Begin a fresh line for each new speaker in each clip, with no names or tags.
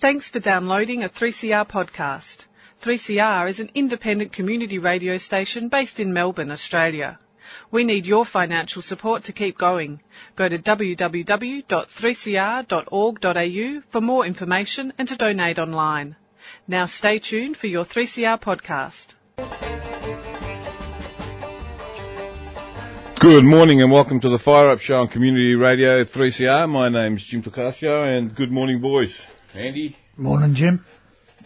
Thanks for downloading a 3CR podcast. 3CR is an independent community radio station based in Melbourne, Australia. We need your financial support to keep going. Go to www.3cr.org.au for more information and to donate online. Now stay tuned for your 3CR podcast.
Good morning and welcome to the Fire Up Show on Community Radio 3CR. My name's Jim Tocasio and good morning, boys. Andy
Morning, Jim.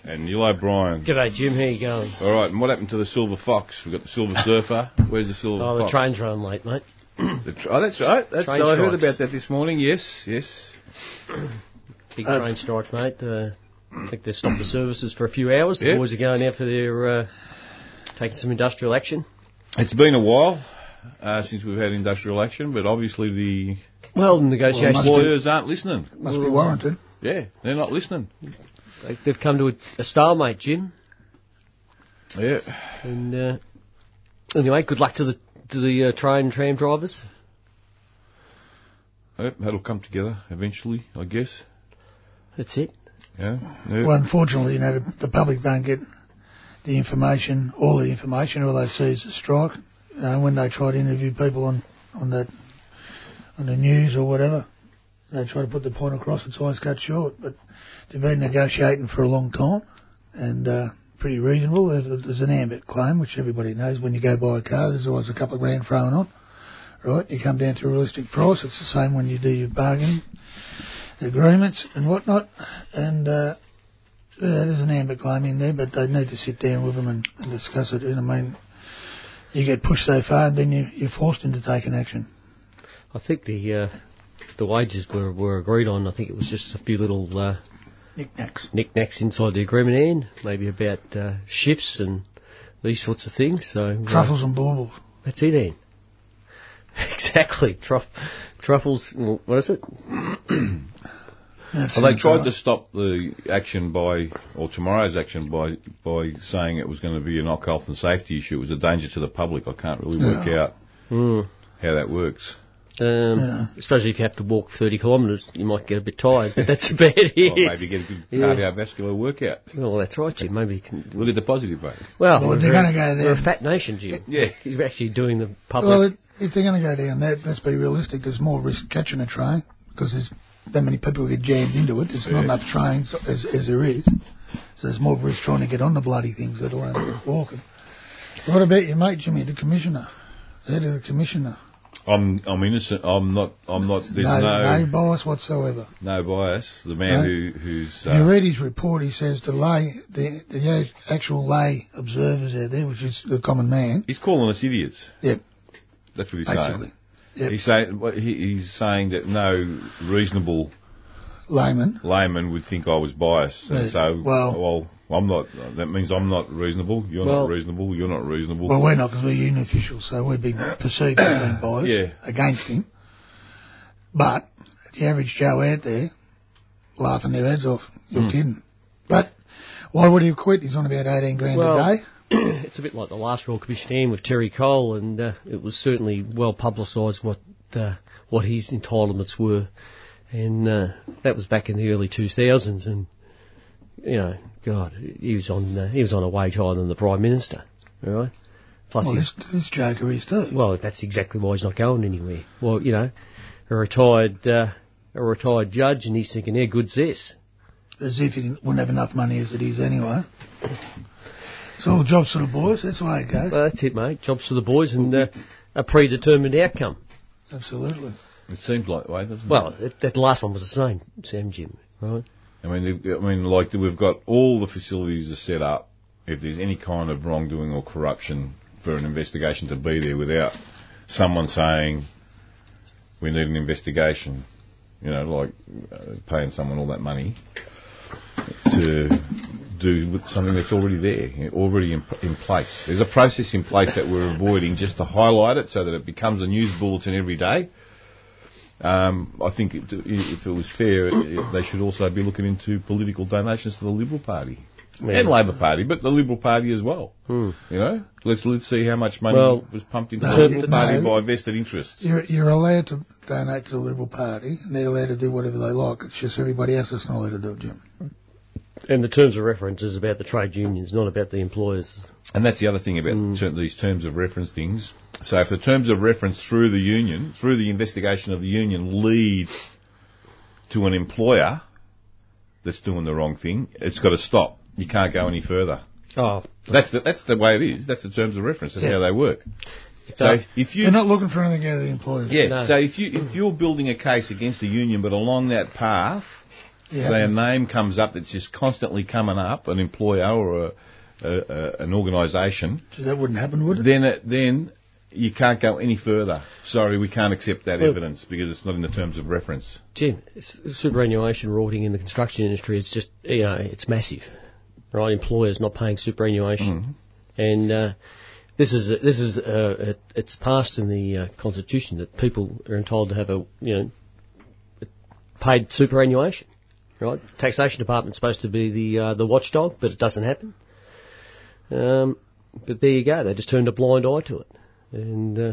and Neil O'Brien.
G'day, Jim. How you going?
All right, and what happened to the Silver Fox? We've got the Silver Surfer. Where's the Silver
Oh, the
Fox?
train's running late, mate.
The tr- oh, that's right. That's,
Train
I heard
strikes.
about that this morning. Yes, yes.
Big train strike, mate. Uh, I think they stopped the services for a few hours.
Yeah.
The boys are going out for their uh, taking some industrial action.
It's been a while uh, since we've had industrial action, but obviously the
Well, the negotiations.
employers aren't listening.
Must be warranted.
Yeah, they're not listening.
they- they've come to a, a stalemate, Jim.
Yeah.
And uh, anyway, good luck to the to the uh, train and tram drivers.
Yep, that'll come together eventually, I guess.
That's it.
Yeah. yeah.
Well, unfortunately, you know, the, the public don't get the information, all the information. All they see is a strike. You know, when they try to interview people on, on that, on the news or whatever, they try to put the point across. It's always cut short. But they've been negotiating for a long time, and uh, pretty reasonable. There's, there's an ambit claim, which everybody knows. When you go buy a car, there's always a couple of grand thrown on. Right, you come down to a realistic price. It's the same when you do your bargaining agreements and whatnot. And uh, yeah, Uh, there's an amber claim in there, but they need to sit down with them and, and discuss it. And I mean, you get pushed so far, then you, you're forced into taking action.
I think the uh, the wages were, were agreed on. I think it was just a few little uh,
Knickknacks.
knickknacks inside the agreement, and maybe about uh, shifts and these sorts of things. So uh,
Truffles and baubles.
That's it, Ian. exactly. Truff, truffles. well, What is it?
That's
Well, they
it,
tried
right.
to stop the action by, or tomorrow's action by, by saying it was going to be an oc- health and safety issue. It was a danger to the public. I can't really work
Yeah.
out how that works.
Hmm. Um,
Yeah.
Especially if you have to walk 30 kilometres, you might get a bit tired, but that's about it.
Or maybe get a good cardiovascular workout.
Well, that's right, Jim. Maybe you can.
Look at the positive, mate.
Well,
Well,
we're
they're
very-
gonna go there.
We're a fat nation, Jim.
Yeah.
He's actually doing the public.
Well, it, if they're going to go down that, let's be realistic. There's more risk catching a train because there's that many people who get jammed into it. There's not
Yeah.
enough trains as, as there is. So there's more risk trying to get on the bloody things, let alone walking. What about your mate, Jimmy, the commissioner? Head of the commissioner.
I'm, I'm innocent. I'm not, I'm not, there's
no,
no,
no bias whatsoever.
no, bias. The man
No.
who, who's,
If you
uh,
read his report, he says the lay, the, the actual lay observers out there, which is the common man.
he's calling us idiots.
Yep,
That's what he's
basically.
saying.
Yep,
He's saying, what he- he's saying that no reasonable
layman.
layman would think I was biased. And
Yeah,
so,
well-
well, I'm not. That means I'm not reasonable. You're
Well-
not reasonable. You're not reasonable.
Well, we're not because we're union officials, so we've been perceived as being biased
Yeah.
against him. But the average Joe out there laughing their heads off. You're
Hmm.
kidding. But why would he quit? He's on about 18 grand
Well-
a day.
it's a bit like the last Royal Commission hearing with Terry Cole, and uh, it was certainly well publicised what uh, what his entitlements were, and uh, that was back in the early 2000s. And you know, God, he was on uh, he was on a wage higher than the Prime Minister, all right? Plus,
Well,
he's-
this, this joker is too.
well, that's exactly why he's not going anywhere. Well, you know, a retired uh, a retired judge, and he's thinking, how good's this?
as if he didn't- wouldn't have enough money as it is anyway. It's all jobs for the boys, that's the way it goes.
Well, that's it, mate. Jobs for the boys, and uh, a predetermined outcome.
Absolutely.
it seems like the way, doesn't it?
Well, that, that last one was the same, Sam Jim, right?
I mean, they've- I mean, like we've got all the facilities are set up. If there's any kind of wrongdoing or corruption for an investigation to be there without someone saying we need an investigation, you know, like uh, paying someone all that money to do with something that's already there, you know, already in, in place. There's a process in place that we're avoiding just to highlight it so that it becomes a news bulletin every day. Um, I think it, if it was fair, it, they should also be looking into political donations to the Liberal Party
Yeah.
and Labor Party, but the Liberal Party as well.
Hmm.
You know, let's let's see how much money
Well- uh,
was pumped into
No,
the Liberal
no.
Party by vested interests.
You're, you're allowed to donate to the Liberal Party, and they're allowed to do whatever they like. It's just everybody else that's not allowed to do it, Jim.
And the terms of reference is about the trade unions, not about the employers.
And that's the other thing about
Mm.
cer- these terms of reference things. So if the terms of reference through the union, through the investigation of the union, lead to an employer that's doing the wrong thing, it's got to stop. You can't go any further.
Oh,
That's the, that's the way it is. That's the terms of reference. That's
Yeah.
how they work. So
So-
if you
They're not looking for anything out of the employer.
yeah,
No.
so if you if you're building a case against the union, but along that path
Yeah.
their name comes up that's just constantly coming up, an employer or a, a, a, an organisation,
So that wouldn't happen, would it?
then it, then you can't go any further. Sorry, we can't accept that
Well-
evidence because it's not in the terms of reference.
Jim, s- superannuation rorting in the construction industry is just, you know, it's massive, right? Employers not paying superannuation, and uh, this is this is uh, it, it's passed in the uh, constitution that people are entitled to have a you know paid superannuation, right? Taxation department's supposed to be the uh, the watchdog, but it doesn't happen. Um, but there you go, they just turned a blind eye to it, and. Uh,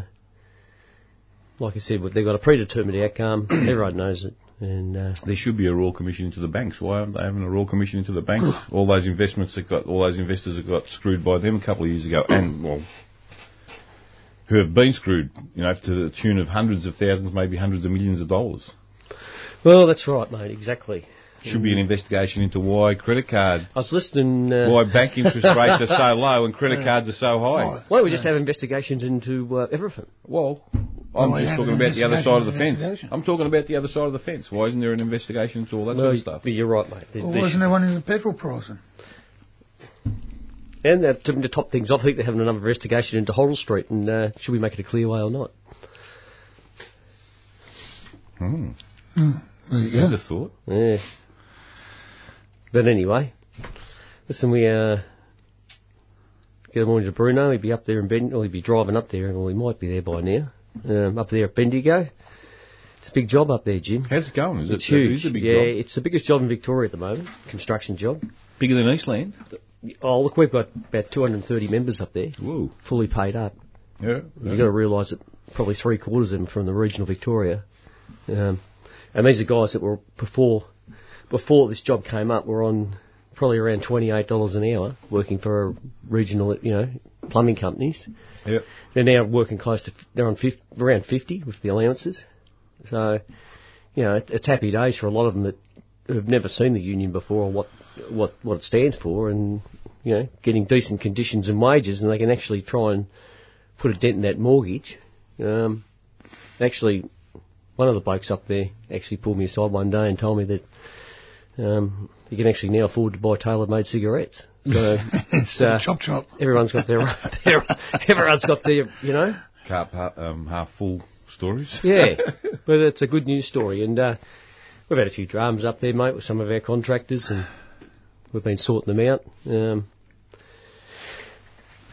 like I said, they've got a predetermined outcome. Everyone knows it, and uh,
There should be a royal commission into the banks. Why aren't they having a royal commission into the banks? all those investments that got all those investors that got screwed by them a couple of years ago, and well, who have been screwed, you know, to the tune of hundreds of thousands, maybe hundreds of millions of dollars.
well, that's right, mate. Exactly.
Should be an investigation into why credit card
I was listening. Uh,
why bank interest rates are so low and credit cards are so high.
why don't we just have investigations into uh, everything?
Well, I'm
Why
just
have
talking
an
about the other side of the
investigation?
fence. I'm talking about the other side of the fence. Why isn't there an investigation into all that sort of stuff?
but you're right, mate. They-
Or
they
wasn't there one in the petrol pricing?
should- and they're, to, to top things off, I think they're having another investigation into Hoddle Street, and uh, should we make it a clear way or not?
Hmm.
There you
There's
go.
a thought.
Yeah. But anyway, listen, we uh, get him on to Bruno. He'd be up there in Bendigo. He'd be driving up there, well, he might be there by now. Um, up there at Bendigo. It's a big job up there, Jim.
How's it going? Is
It's
it,
huge.
It is a big
yeah,
job.
it's the biggest job in Victoria at the moment, construction job.
Bigger than Eastland.
Oh, look, we've got about 230 members up there,
Whoa.
fully paid up.
Yeah.
You've got to realise that probably three quarters of them are from the regional Victoria. Um, and these are guys that were before before this job came up were on probably around twenty eight dollars an hour working for regional you know plumbing companies.
Yeah.
They're now working close to they're on 50, around fifty with the allowances. So you know it, it's happy days for a lot of them that have never seen the union before or what what what it stands for and you know getting decent conditions and wages and they can actually try and put a dent in that mortgage. Um, actually, one of the blokes up there actually pulled me aside one day and told me that um, you can actually now afford to buy tailor-made cigarettes. So it's, uh,
Chop chop.
everyone's got their, their everyone's got their you know
Car part, um, half full stories.
yeah. But it's a good news story and uh, we've had a few dramas up there, mate, with some of our contractors and we've been sorting them out. Um,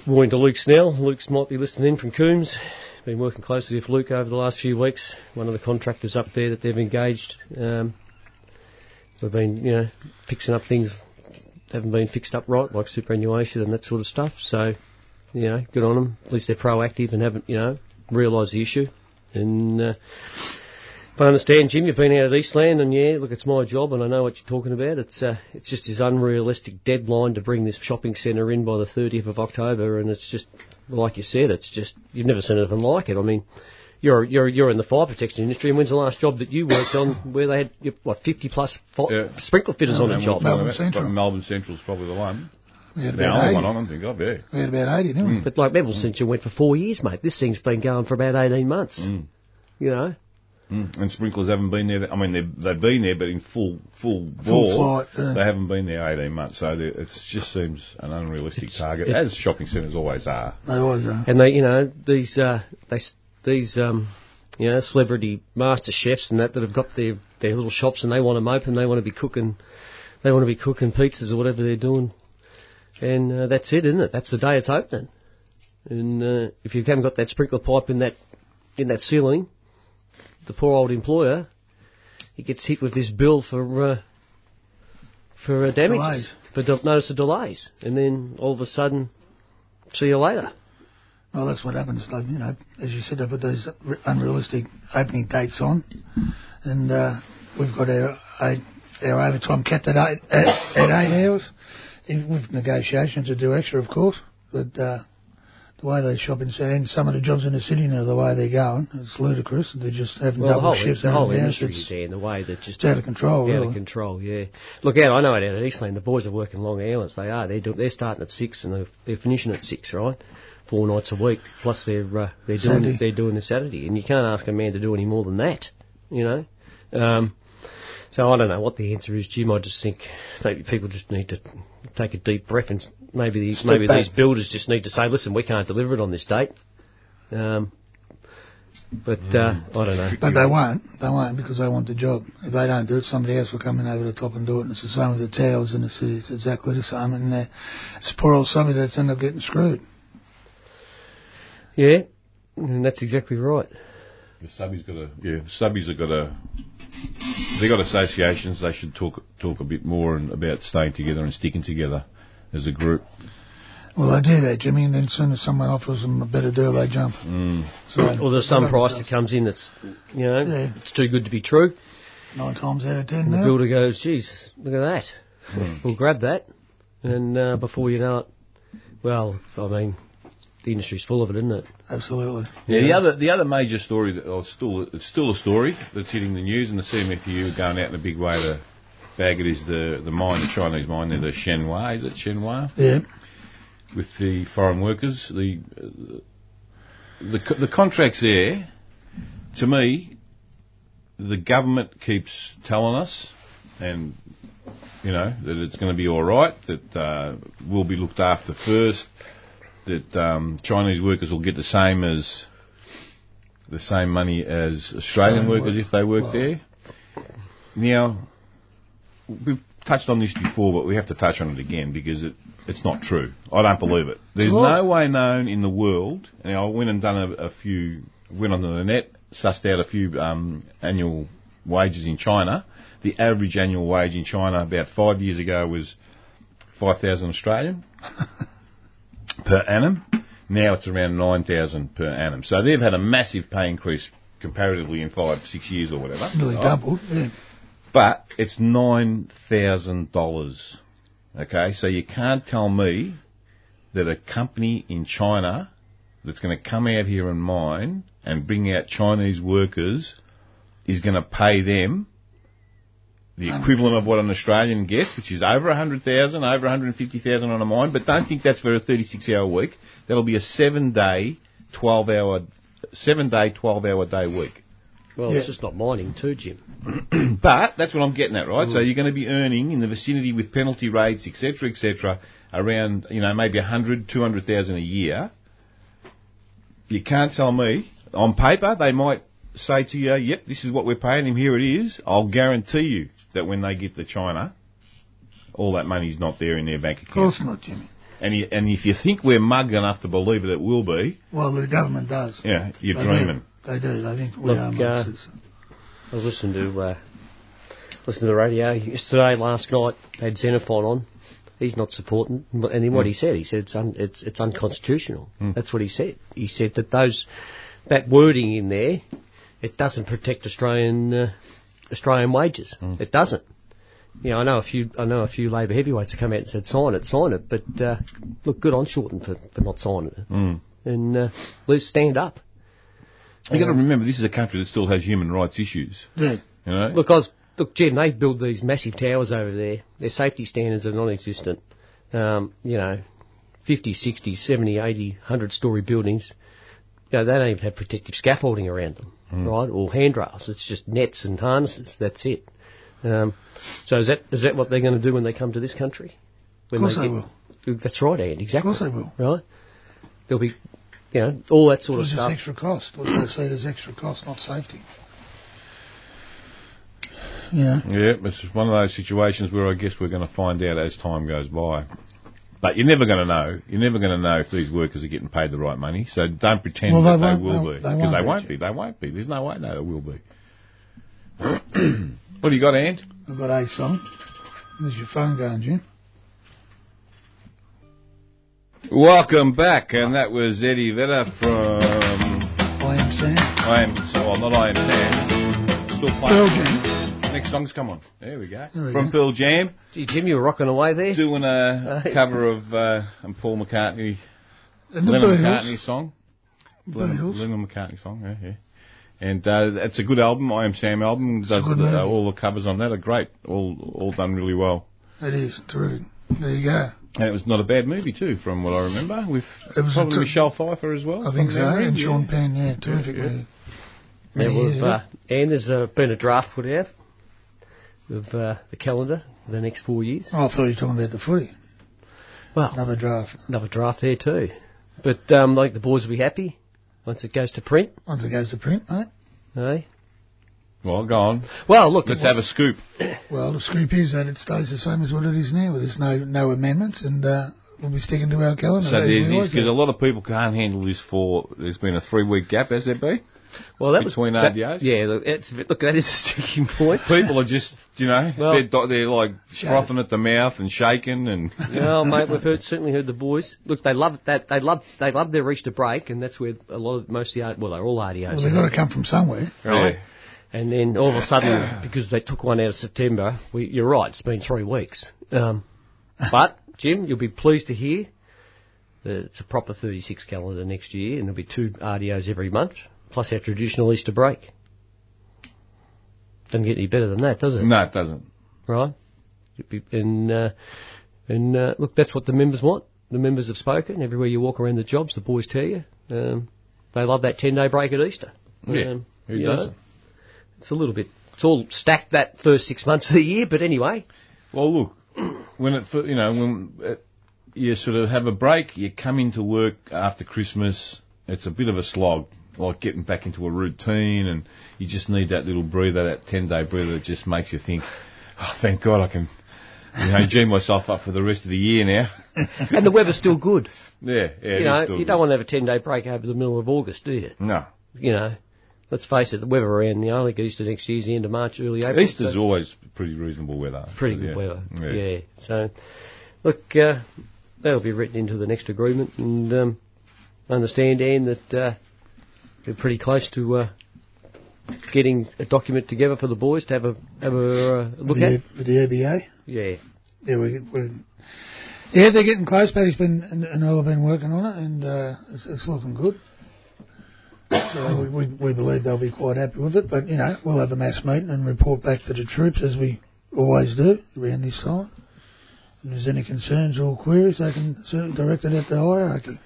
Warning to Luke Snell. Luke's might be listening in from Coombs. Been working closely with Luke over the last few weeks. One of the contractors up there that they've engaged. Um, we've been, you know, fixing up things that haven't been fixed up right, like superannuation and that sort of stuff. So, you know, good on them. At least they're proactive and haven't, you know, realised the issue. And uh, if I understand, Jim, you've been out at Eastland, and yeah, look, it's my job, and I know what you're talking about. It's uh, it's just this unrealistic deadline to bring this shopping centre in by the 30th of October, and it's just like you said, it's just you've never seen anything like it. I mean, you're you're you're in the fire protection industry, and when's the last job that you worked on where they had you- what 50 plus fi-
Yeah.
sprinkler fitters on
And
a
we're
job?
talking
Melbourne
about-
Central.
Melbourne Central's probably the one.
We had
The only one Hmm. I
about 80.
don't think of, yeah.
We had about 80, didn't we?
But like Metal Centre went for four years, mate. This thing's been going for about 18 months. You know.
Hmm.
Mm. And sprinklers haven't been there. I mean, they've, they've been there, but in full full, bore,
Full flight, yeah.
They haven't been there 18 months, so they- it just seems an unrealistic target,
it-
as shopping centres always are.
They always uh, are.
and they, you know, these uh, they s- these um, you know celebrity master chefs and that that have got their their little shops and they want them open. They want to be cooking, they want to be cooking pizzas or whatever they're doing, and uh, that's it, isn't it? That's the day it's opening. And uh, if you haven't got that sprinkler pipe in that in that ceiling, the poor old employer, he gets hit with this bill for uh, for uh,
Delays.
damages, for del- notice of delays, and then all of a sudden, see you later.
Well, that's what happens. Like, you know, as you said, they put those unrealistic opening dates on, and uh, we've got our eight our overtime capped at eight, at, at eight hours. If, with negotiations to do extra, of course, but uh, the way they're shopping and some of the jobs in the city now, the way they're going, it's ludicrous. They're just having
Well, the
double
whole,
shifts.
the whole
having hours.
industry
It's-
is there in the way that just
it's out of control,
Out
really.
of control, yeah. Look out! I know it out at Eastland. The boys are working long hours. They are. They're do, they're starting at six and they're, they're finishing at six, right? Four nights a week. Plus they're uh, they're doing
Saturday.
they're doing the Saturday, and you can't ask a man to do any more than that, you know. Um, so I don't know what the answer is, Jim. I just think maybe people just need to take a deep breath and s- maybe these
Step
maybe
back.
these builders just need to say, listen, we can't deliver it on this date. Um, but
Mm.
uh, I don't know.
But they won't. They won't because they want the job. If they don't do it, somebody else will come in over the top and do it. And it's the same with the towers in the city. It's exactly the same. And uh, it's poor old somebody that's end up getting screwed.
Yeah, and that's exactly right.
The subbies got to yeah. Subbies have got to. They got associations. They should talk talk a bit more and about staying together and sticking together as a group.
Well, they do that, Jimmy, and then as soon as someone offers them a better deal, they jump.
Mm.
So
Or there's some
Yeah.
price that comes in that's, you know,
Yeah.
it's too good to be true.
Nine times out of ten
And the
now.
builder goes, geez, look at that. We'll grab that. And uh, before you know it, well, I mean, the industry's full of it, isn't it?
Absolutely.
Yeah, the
Yeah.
other the other major story that oh, it's still it's still a story that's hitting the news and the CMFU are going out in a big way to bag it is the the mine the Chinese mine there the Shenhua is it Shenhua
Yeah.
with the foreign workers the uh, the co- the contracts there to me the government keeps telling us and you know that it's going to be all right that uh, we'll be looked after first that um, Chinese workers will get the same as the same money as Australian
Australian
workers
work-
if they work
well.
there. Now, we've touched on this before, but we have to touch on it again because it, it's not true. I don't believe it. There's
Right.
no way known in the world. And I went and done a, a few, went on the net, sussed out a few um, annual wages in China. The average annual wage in China about five years ago was 5,000 Australian per annum. Now it's around 9,000 per annum. So they've had a massive pay increase comparatively in five, six years or whatever.
Nearly
Right?
doubled. Yeah.
But it's $9,000. Okay, so you can't tell me that a company in China that's going to come out here and mine and bring out Chinese workers is going to pay them the equivalent of what an Australian gets, which is over 100,000, over 150,000 on a mine, but don't think that's for a 36-hour week. That'll be a 7-day, 12-hour 7-day, 12-hour day week.
Well,
Yeah.
it's just not mining too, Jim.
But that's what I'm getting at, right? So
Mm.
you're going to be earning in the vicinity with penalty rates, etc., etc., around you know maybe 100, 200,000 a year. You can't tell me on paper they might say to you, "Yep, this is what we're paying him. Here it is." I'll guarantee you that when they get to China, all that money's not there in their bank
Of
account.
course not, Jimmy.
And you, and if you think we're mug enough to believe it, it will be.
Well, the government does.
Yeah, you're
They do.
dreaming.
They do. They think we
Look,
are
uh,
monsters.
I was listening to uh, listening to the radio yesterday, last night. They had Xenophon on. He's not supporting, but- and then what he said, he said it's un, it's, it's unconstitutional. That's what he said. He said that those that wording in there, it doesn't protect Australian uh, Australian wages. It doesn't. You know, I know a few I know a few Labor heavyweights have come out and said sign it, sign it. But uh, look, good on Shorten for, for not signing it.
Mm.
And uh, let's stand up.
You got to remember, this is a country that still has human rights issues.
yeah.
You know,
Look, I was, look, Jim, they build these massive towers over there. Their safety standards are non-existent. Um, you know, 50, 60, 70, 80, 100-storey buildings, you know, they don't even have protective scaffolding around them, right, or handrails. It's just nets and harnesses. That's it. Um, so is that is that what they're going to do when they come to this country?
Of
When
course they will.
will. That's right, Andy. Exactly.
Of course they will.
Right. There'll be, you know, all that sort
It
of
was just
stuff.
extra cost. What they say there's extra cost, not safety. Yeah.
Yeah, it's one of those situations where I guess we're going to find out as time goes by. But you're never going to know. You're never going to know if these workers are getting paid the right money. So don't pretend
Well,
that
they
they,
won't-
will
they-
be
they
because
won't
they
be,
won't
Jim.
be. They won't be. There's no way they will be. what do you got, Ant?
I've got a song. There's your phone going, Jim.
Welcome back, and that was Eddie Vedder from
I am Sam.
I am. Well, not I am Sam. Still playing.
Belgium.
Next song's come on. There we go.
There we
From
go.
Pearl Jam,
Gee, Jim, you were rocking away there.
doing a
Hey.
cover of uh, um, Paul McCartney,
And the
Lennon
Beatles.
McCartney song. Lennon,
Beatles.
Lennon McCartney song, yeah, yeah. And uh, it's a good album, I Am Sam album. Does
a good
the-
movie.
uh, all the covers on that are great, all all done really well.
It is terrific. There you go.
And it was not a bad movie too, from what I remember. With
It was a
probably
ter-
Michelle Pfeiffer as well.
I think
from
so.
memory,
And
yeah.
Sean Penn, yeah, terrific
Oh, yeah.
movie.
Yeah,
Many years
we've,
ago.
uh, and there's uh, been a draft put out of uh, the calendar for the next four years.
Oh, I thought you were talking about the footy.
Well,
Another draft.
another draft there too. But um, like the boys will be happy once it goes to print.
Once it goes to print, mate.
Eh?
Well, go on.
Well, look,
Let's
it-
have a scoop.
Well, the scoop is that it stays the same as what it is now. There's no no amendments, and uh, we'll be sticking to our calendar.
So
as
there's
we
this
always
because
do.
a lot of people can't handle this for. There's been a three week gap, has there been?
well, that
between
was, that-
RDOs?
Yeah, look, it's, look, that is a sticking point.
People are just, you know,
Well-
they're, do- they're like
Shut
frothing at the mouth and shaking and
well, Oh, mate, we've heard, certainly heard the boys. Look, they love that. They love they love their Easter break, and that's where a lot of most of the art- well, they're all RDOs.
Well, they've got to come from somewhere.
Right. And then all of a sudden, because they took one out of September, we, you're right, it's been three weeks. Um, but, Jim, you'll be pleased to hear that it's a proper 36 calendar next year, and there'll be two RDOs every month, plus our traditional Easter break. Doesn't get any better than that, does it?
No, it doesn't.
Right? It'll be- And, uh, and uh, look, that's what the members want. The members have spoken. Everywhere you walk around the jobs, the boys tell you. Um, they love that 10 day break at Easter.
Yeah.
Um,
Who
you know,
doesn't?
it's a little bit. It's all stacked that first six months of the year, but anyway.
Well, look, when it, fir- you know, when it, you sort of have a break, you come into work after Christmas, it's a bit of a slog, like getting back into a routine, and you just need that little breather, that 10 day breather that just makes you think, oh, thank God I can, you know, gee myself up for the rest of the year now.
And the weather's still good.
Yeah, yeah, it
you
is
know,
still
you
good.
don't want to have a 10 day break over the middle of August, do you?
No.
You know, let's face it, the weather around the only Easter next year's the end of March, early April.
Easter's
so
always pretty reasonable weather.
pretty good
Yeah.
weather. Yeah. So, look, uh, that'll be written into the next agreement. And um, I understand, Anne, that uh, you're pretty close to. Uh, Getting a document together for the boys to have a have a uh, look
with,
at.
the, with the ABA.
Yeah,
Yeah, we, we yeah, they're getting close. Patty's been and, and all have been working on it, and uh, it's, it's looking good. So we, we, we believe they'll be quite happy with it. But you know, we'll have a mass meeting and report back to the troops as we always do around this time. If there's any concerns or queries, they can certainly direct it at the hierarchy.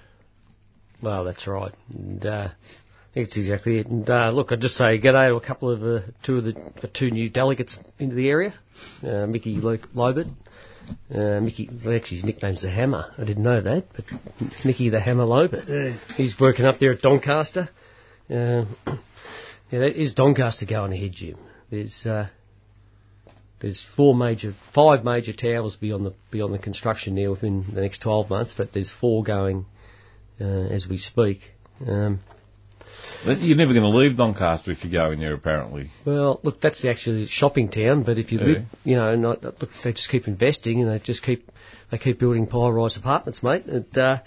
Well, that's right. And, uh, that's exactly it. And uh, look, I'd just say g'day to a couple of uh, two of the uh, two new delegates into the area, uh, Mickey Lo- Lobert. Uh, Mickey, well, actually, his nickname's the Hammer. I didn't know that, but Mickey the Hammer Lobert.
Yeah,
He's working up there at Doncaster. Uh, yeah, that is Doncaster going ahead, Jim. There's uh, there's four major, five major towers beyond the beyond the construction there within the next 12 months, but there's four going uh, as we speak. Um,
But You're never going to leave Doncaster if you go in there, apparently.
well, look, that's actually a shopping town, but if you
Yeah.
live, you know, not, look, they just keep investing and they just keep they keep building high-rise apartments, mate. And, uh,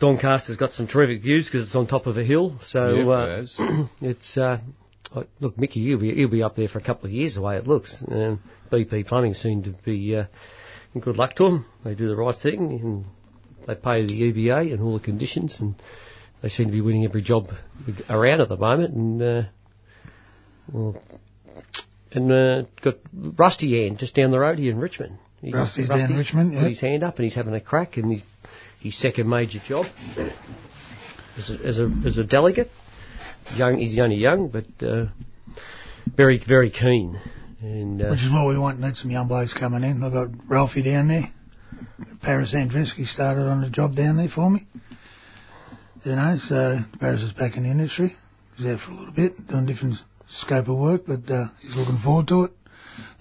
Doncaster's got some terrific views because it's on top of a hill, so
Yeah,
uh,
it is.
it's uh, I- look, Mickey, you'll be you'll be up there for a couple of years the way it looks. Um, BP Plumbing seem to be uh, good luck to them. They do the right thing and they pay the EBA and all the conditions, and they seem to be winning every job around at the moment. And uh, well, and uh, got Rusty Ann just down the road here in Richmond. He-
Rusty's down in Richmond,
Put
yeah.
his hand up and he's having a crack in his, his second major job as a, as a as a delegate. Young, he's only young, but uh, very very keen. And uh,
which is what we want. Need some young blokes coming in. I've got Ralphie down there. Paris Andreski started on a job down there for me. You know, so Paris is back in the industry. He's out for a little bit, doing different scope of work, but uh, he's looking forward to it.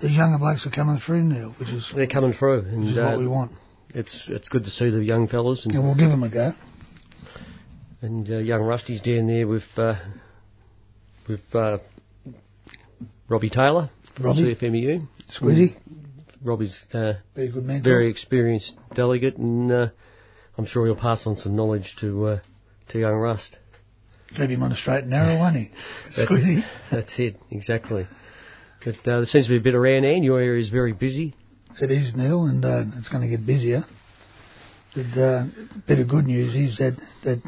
The younger blokes are coming through now, which is,
they're coming through,
which
and
is
uh,
what we want.
it's it's good to see the young fellas and
And we'll give them a go.
And uh, young Rusty's down there with uh, with uh, Robbie Taylor from
Robbie.
CFMEU.
Squidgy,
E Robbie's uh,
be a good mentor.
very experienced delegate, and uh, I'm sure he'll pass on some knowledge to uh, to young Rust.
eh? Keep him on a straight and narrow, won't he? Squidgy.
That's it, exactly. But uh, there seems to be a bit around, and your area is very busy.
It is, Neil, and uh, it's going to get busier. But uh, a bit of good news is that that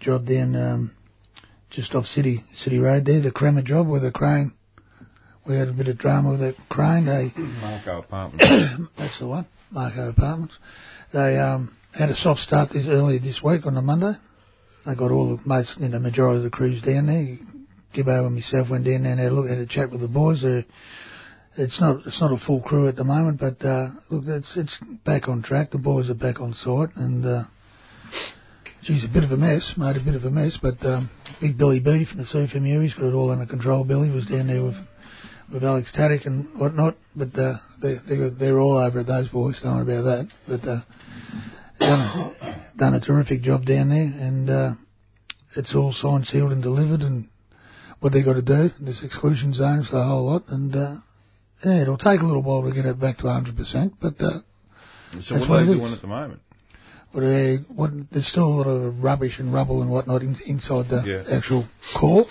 job down um, just off City City Road there, the Kramer job with the crane. We had a bit of drama with the crane. They
Marco Apartments.
that's the one, Marco Apartments. They um, had a soft start this earlier this week on the Monday. They got all the most, you know, majority of the crews down there. Gibbo and myself went down there and had a look, had a chat with the boys. They're, it's not it's not a full crew at the moment, but uh, look, it's it's back on track. The boys are back on site, and uh, geez, a bit of a mess, made a bit of a mess. But um, Big Billy B from the CFMU, he's got it all under control. Billy was down there with with Alex Taddick and whatnot, but uh, they, they, they're all over it, those boys, don't worry about that. But uh, done, a, done a terrific job down there, and uh, it's all signed, sealed, and delivered, and what they got to do, this exclusion zones, the whole lot, and uh, yeah, it'll take a little while to get it back to 100%, but uh,
so what are
That's what
they
it
doing
is.
at the moment?
what they, what, there's still a lot of rubbish and rubble and whatnot in, inside the
Yeah.
actual core.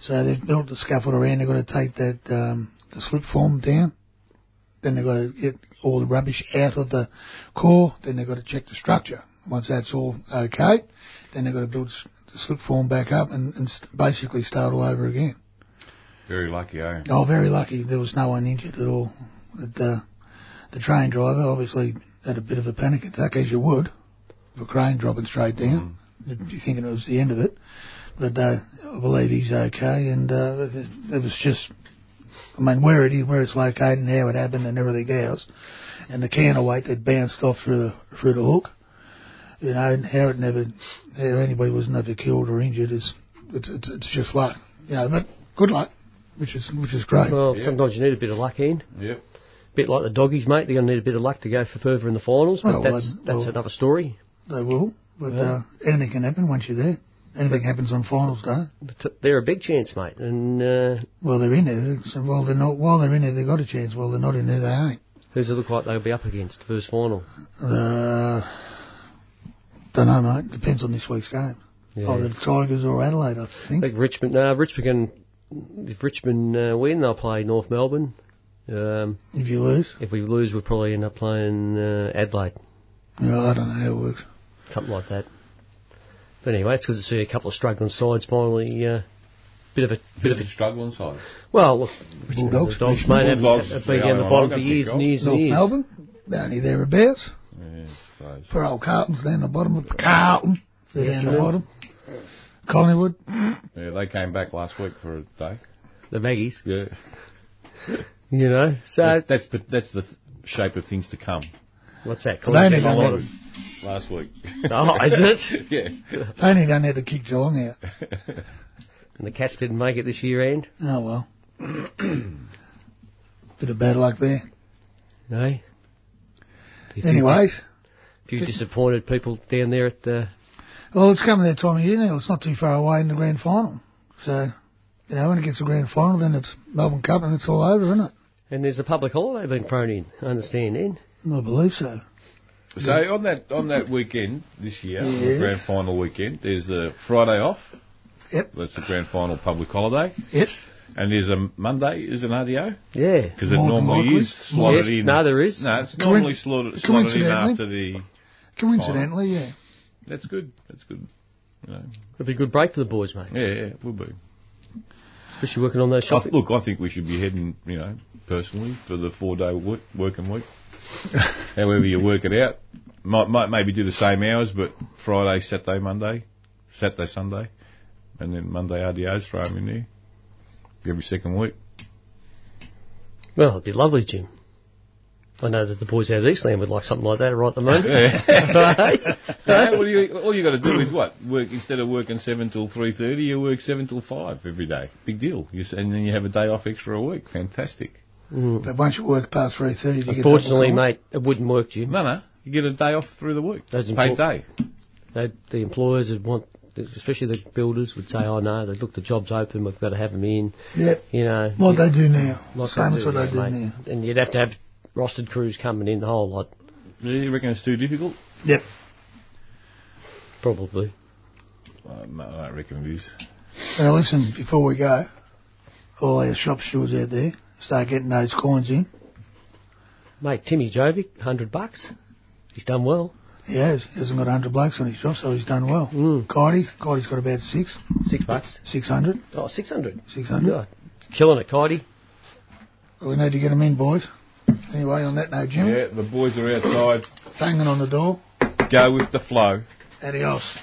So they've built the scaffold around. They've got to take that um, the slip form down. Then they've got to get all the rubbish out of the core. Then they've got to check the structure. Once that's all okay, then they've got to build s- the slip form back up and, and st- basically start all over again.
Very lucky, eh?
Oh, very lucky. There was no one injured at all. But, uh, the train driver obviously had a bit of a panic attack, as you would, with a crane dropping straight down. You'd be thinking it was the end of it. But uh, I believe he's okay. And uh, it, it was just, I mean, where it is, where it's located, and how it happened, and everything else, and the counter weight that bounced off through the through the hook. You know, and how it never, how anybody was never killed or injured is, it's, it's, it's just luck. You know, but good luck, which is which is great.
Well,
Yeah.
sometimes you need a bit of luck, Ian.
Yep.
bit like the doggies, mate. They're going to need a bit of luck to go for further in the finals, but
Oh, Well,
that's
then,
that's
well-
another story.
They will, but
Yeah.
uh, anything can happen once you're there. Anything happens on finals day.
But t- they're a big chance, mate. And uh,
Well, they're in there. So while they're not, while they're in there, they've got a chance. While they're not in there, they ain't.
who's it look like they'll be up against first final?
Uh, don't know, mate. Depends on this week's game.
Yeah.
Either Oh, the Tigers or Adelaide, I
I
think.
think Richmond. No, Richmond. Can, if Richmond uh, win, they'll play North Melbourne. Um,
If you lose,
if we lose, we'll probably end up playing uh, Adelaide,
yeah, I don't know how it works.
something like that. But anyway, it's good to see a couple of struggling sides finally. Uh, bit of a bit of a
struggling side.
well, look, Richmond
Bulldogs.
and the Dogs, mate, have,
Bulldogs
have
is
been
the
down
only
the
one
bottom
I
for
can
years and
think of.
years and
North
years.
Melbourne, down here thereabouts.
Yeah, I suppose.
For old Carlton's down the bottom of Carlton. They're down
Yes,
the
sir.
bottom. Collingwood.
Yeah, they came back last week for a day.
The Maggies,
Yeah.
you know. So
That's that's, but that's the th- shape of things to come.
What's that?
Well, they only done
Collingwood?
that-
Last week.
Oh, is it?
yeah.
They only done that to kick Geelong out.
And the Cats didn't make it this year, end.
Oh well. Bit of bad luck there.
No. A few-
Anyway,
a few disappointed people down there at the.
well, it's coming that time of year now. It's not too far away in the grand final. So, you know, when it gets to grand final, then it's Melbourne Cup and it's all over, isn't it?
And there's a public holiday being thrown in. I understand, then.
I believe so.
So on that on that weekend this year, on the
Yes.
grand final weekend, there's the Friday off.
Yep.
That's the grand final public holiday,
Yep.
and there's a Monday is an RDO
Yeah.
because it
More than
normally
likely.
is slotted
Yes,
in.
no, there is.
No, it's
Coinc-
normally slotted, slotted in
coincidentally.
after the.
Coincidentally, yeah.
That's good. That's good. You know,
It'll be a good break for the boys, mate.
yeah, yeah, it will be.
Especially working on those
I,
shopping.
look, I think we should be heading, you know, personally for the four-day work, working week. However you work it out, might, might maybe do the same hours, but Friday, Saturday, Monday, Saturday, Sunday, and then Monday RDOs throw 'em in there every second week.
Well, it'd be lovely, Jim. I know that the boys out of Eastland would like something like that right at the moment.
Yeah, what do you, all you got to do is what work instead of working seven till three thirty, you work seven till five every day. Big deal. You, s- and then you have a day off extra a week. Fantastic.
But once you work past three thirty, you
Mm. Unfortunately,
get double
mate, it wouldn't work, Jim.
No, no, you get a day off through the week.
That's
paid
important.
day.
They, the employers would want, especially the builders would say, oh no, look, the job's open, we've got to have them in.
call. Yep.
You know,
What they do now,
Like
same
they
as what
do
they
now,
do
mate.
now.
And you'd have to have rostered crews coming in the whole lot,
Do you reckon it's too difficult?
Yep.
probably.
Um, I don't reckon it is.
Now listen, before we go, all our shop stewards out there, start getting those coins in.
Mate, Timmy Jovic, 100 bucks. He's done well.
He has. He hasn't got 100 blokes on his job, so he's done well.
Mm.
Cody, Cody's got about six,
Six bucks.
600,
Oh, 600.
600.
God, killing it, Cody.
We need to get them in, boys. Anyway, on that note, Jim,
Yeah, the boys are outside.
banging on the door.
Go with the flow.
Adios.